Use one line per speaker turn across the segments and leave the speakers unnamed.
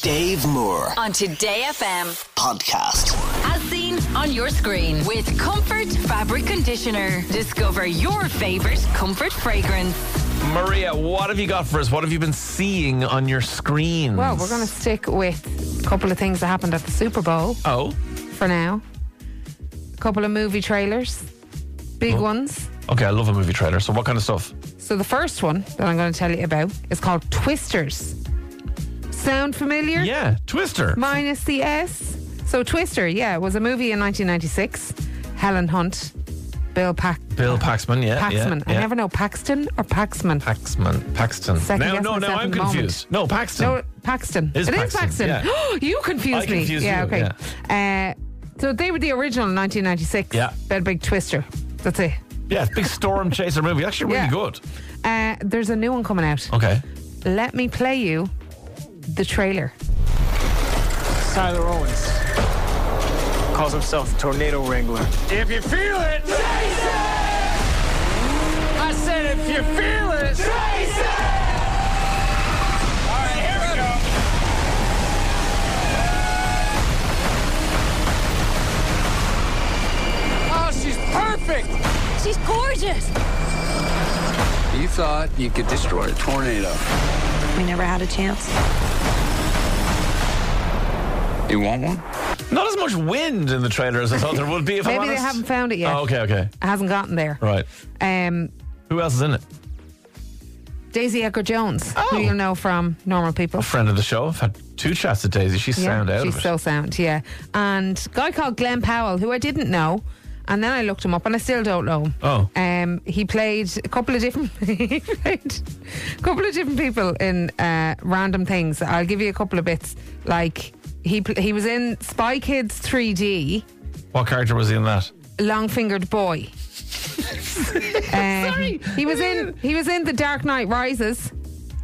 Dave Moore
on Today FM.
podcast.
As seen on your screen with Comfort Fabric Conditioner. Discover your favorite comfort fragrance.
Maria, what have you got for us? What have you been seeing on your screen?
Well, we're going to stick with a couple of things that happened at the Super Bowl
Oh,
for now. A couple of movie trailers, big
Oh.
ones.
okay. I love a movie trailer. So, what kind of stuff?
So the first one that I'm going to tell you about is called Twisters. Sound familiar?
Yeah, Twister.
Minus the S. So Twister, yeah, was a movie in 1996. Helen Hunt, Bill Pack.
Bill Paxman. Yeah,
Paxman.
Yeah, yeah.
I never know Paxton or Paxman.
Paxman. Paxton.
Second
no,
guess
no, no.
myself
I'm
at the moment.
confused. No, Paxton.
No, Paxton.
It is
It is
Paxton,
Paxton. you confused
I
me.
confused
yeah,
you,
okay. Uh, so they were the original in 1996.
Yeah.
Bed Big Twister. That's it.
Yeah, big storm chaser movie. Actually, really
Yeah.
good.
Uh, there's a new one coming out.
Okay.
Let me play you the trailer.
Tyler Owens. Calls himself Tornado Wrangler. If you feel it, chase it! I said if you feel it, chase it! All right, here we go. Oh, she's perfect!
She's gorgeous.
You thought you could destroy a tornado.
We never had a chance.
You want one?
Not as much wind in the trailer as I thought there would be. If I'm
Maybe they
honest.
haven't found it yet.
Oh, okay, okay.
It hasn't gotten there.
Right.
Um,
Who else is in it?
Daisy Edgar Jones, who
Oh.
you'll know from Normal People.
A friend of the show. I've had two chats with Daisy. She's sound out
She's
of it.
so sound, yeah. And a guy called Glenn Powell, who I didn't know. And then I looked him up and I still don't know him.
Oh.
Um, he played a couple of different he played a couple of different people in uh, random things. I'll give you a couple of bits. Like he pl- he was in Spy Kids 3D,
what character was he in that?
Long Fingered Boy. Sorry. He was in he was in The Dark Knight Rises,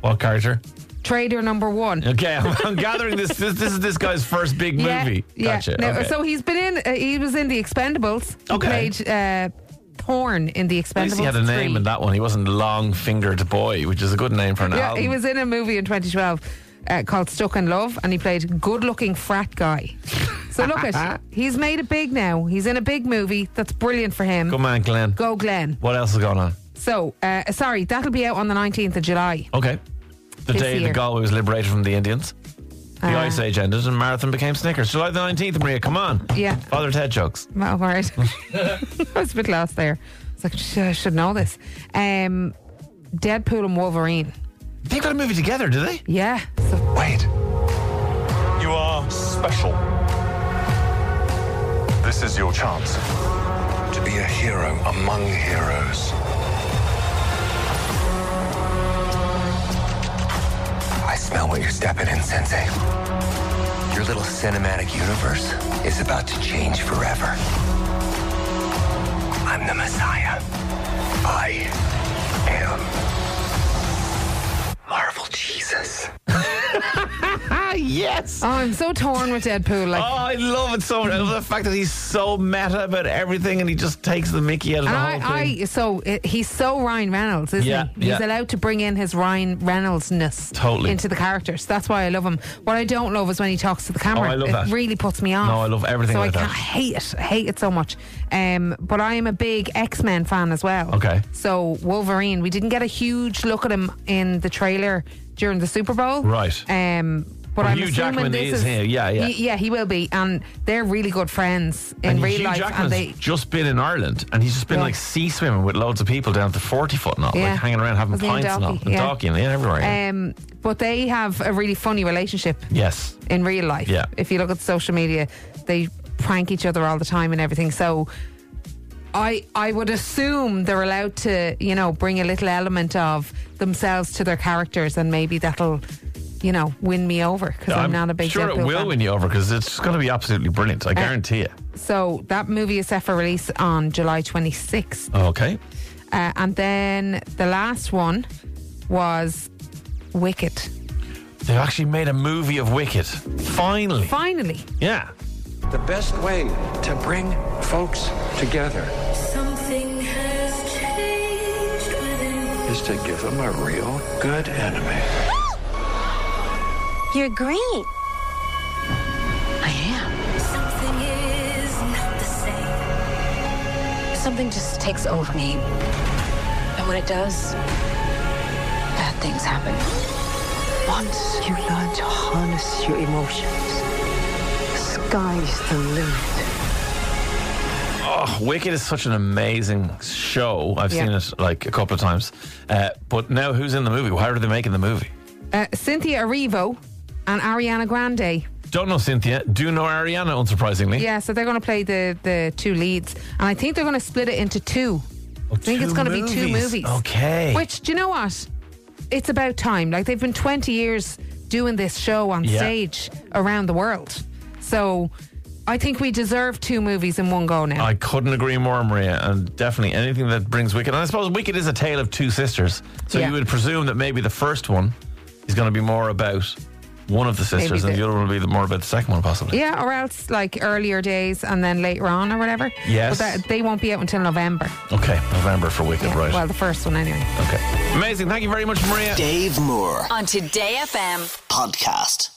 What character?
Trader Number One.
Okay, I'm, I'm gathering this, this. This is this guy's first big movie. Gotcha.
No,
okay.
So he's been in. Uh, he was in the Expendables. He
Okay.
Played uh, porn in the Expendables.
At least he had a name
3.
in that one. He wasn't Long Fingered Boy, which is a good name for an
Yeah,
album.
he was in a movie in 2012 uh, called Stuck in Love, and he played good-looking frat guy. So look at he's made it big now. He's in a big movie. That's brilliant for him.
good man, Glenn.
Go Glenn.
What else is going on?
So uh, sorry, that'll be out on the 19th of July.
Okay. The
This
day
year.
the Galway was liberated from the Indians, the
Uh,
Ice Age ended, and Marathon became Snickers. July the 19th, Maria, come on.
Yeah.
Father Ted jokes.
Well, all right. I was a bit lost there. I was like, "Sh- I should know this. Um, Deadpool and Wolverine.
They got a movie together, do they?
Yeah. So
Wait. You are special. This is your chance to be a hero among heroes.
I smell what you're stepping in, Sensei. Your little cinematic universe is about to change forever. I'm the Messiah. I am Marvel Jesus.
Ah, yes.
Oh, I'm so torn with Deadpool. Like,
Oh, I love it so much. I love the fact that he's so meta about everything and he just takes the mickey out of
and
the
I,
whole thing.
I, so uh, he's so Ryan Reynolds, isn't
Yeah,
he? He's
yeah.
allowed to bring in his Ryan Reynoldsness
Totally.
into the characters. That's why I love him. What I don't love is when he talks to the camera.
Oh, I love
it
that.
really puts me off.
No, I love everything
So
about
I
that.
can't I hate it. I hate it so much. Um, but I am a big X Men fan as well.
Okay.
So Wolverine, we didn't get a huge look at him in the trailer during the Super Bowl,
Right.
Um, but
Well,
I'm
Hugh
assuming
Jackman
this
is here. Yeah, yeah.
He, yeah, he will be, and they're really good friends in
and
real
Hugh
life,
Jackman's
and they
just been in Ireland, and he's just been
Yeah.
like sea swimming with loads of people down at the forty foot and all,
Yeah.
like hanging around having
Was he in
pints and all,
Dalkey?
and
Yeah.
talking and everywhere. yeah.
Um, but they have a really funny relationship
yes,
in real life.
Yeah.
If you look at social media, they prank each other all the time and everything. So I I would assume they're allowed to, you know, bring a little element of themselves to their characters and maybe that'll, you know, win me over because I'm, not a big
sure it
Deadpool
will
fan.
win you over because it's going to be absolutely brilliant. I
Uh,
guarantee it.
So that movie is set for release on July 26th.
Okay,
Uh, and then the last one was Wicked.
they've actually made a movie of Wicked. Finally,
Finally.
yeah.
The best way to bring folks together
Something has changed within.
is to give them a real good enemy.
You're great.
Something just takes over me. And when it does, bad things happen. Once you learn to harness your emotions, the sky's the limit.
Oh, Wicked is such an amazing show. I've
Yeah.
seen it like a couple of times. Uh, but now, who's in the movie? Why are they making the movie?
Uh, Cynthia Erivo and Ariana Grande.
Don't know Cynthia. Do know Ariana, unsurprisingly.
Yeah, so they're going to play the, the two leads. And I think they're going to split it into two. I think it's
two
going to be two
movies.
movies.
Okay.
Which, do you know what? It's about time. Like, they've been 20 years doing this show on
Yeah.
stage around the world. So I think we deserve two movies in one go now.
I couldn't agree more, Maria. And definitely anything that brings Wicked. And I suppose Wicked is a tale of two sisters. So
Yeah.
you would presume that maybe the first one is going to be more about one of the sisters
Maybe
and
the-
the other one will be more about the second one, possibly.
yeah, or else like earlier days and then later on or whatever.
Yes.
But that, they won't be out until November.
Okay. November for Wicked,
Yeah,
right.
Well, the first one anyway.
okay. Amazing. Thank you very much, Maria.
Dave Moore
on Today FM.
podcast.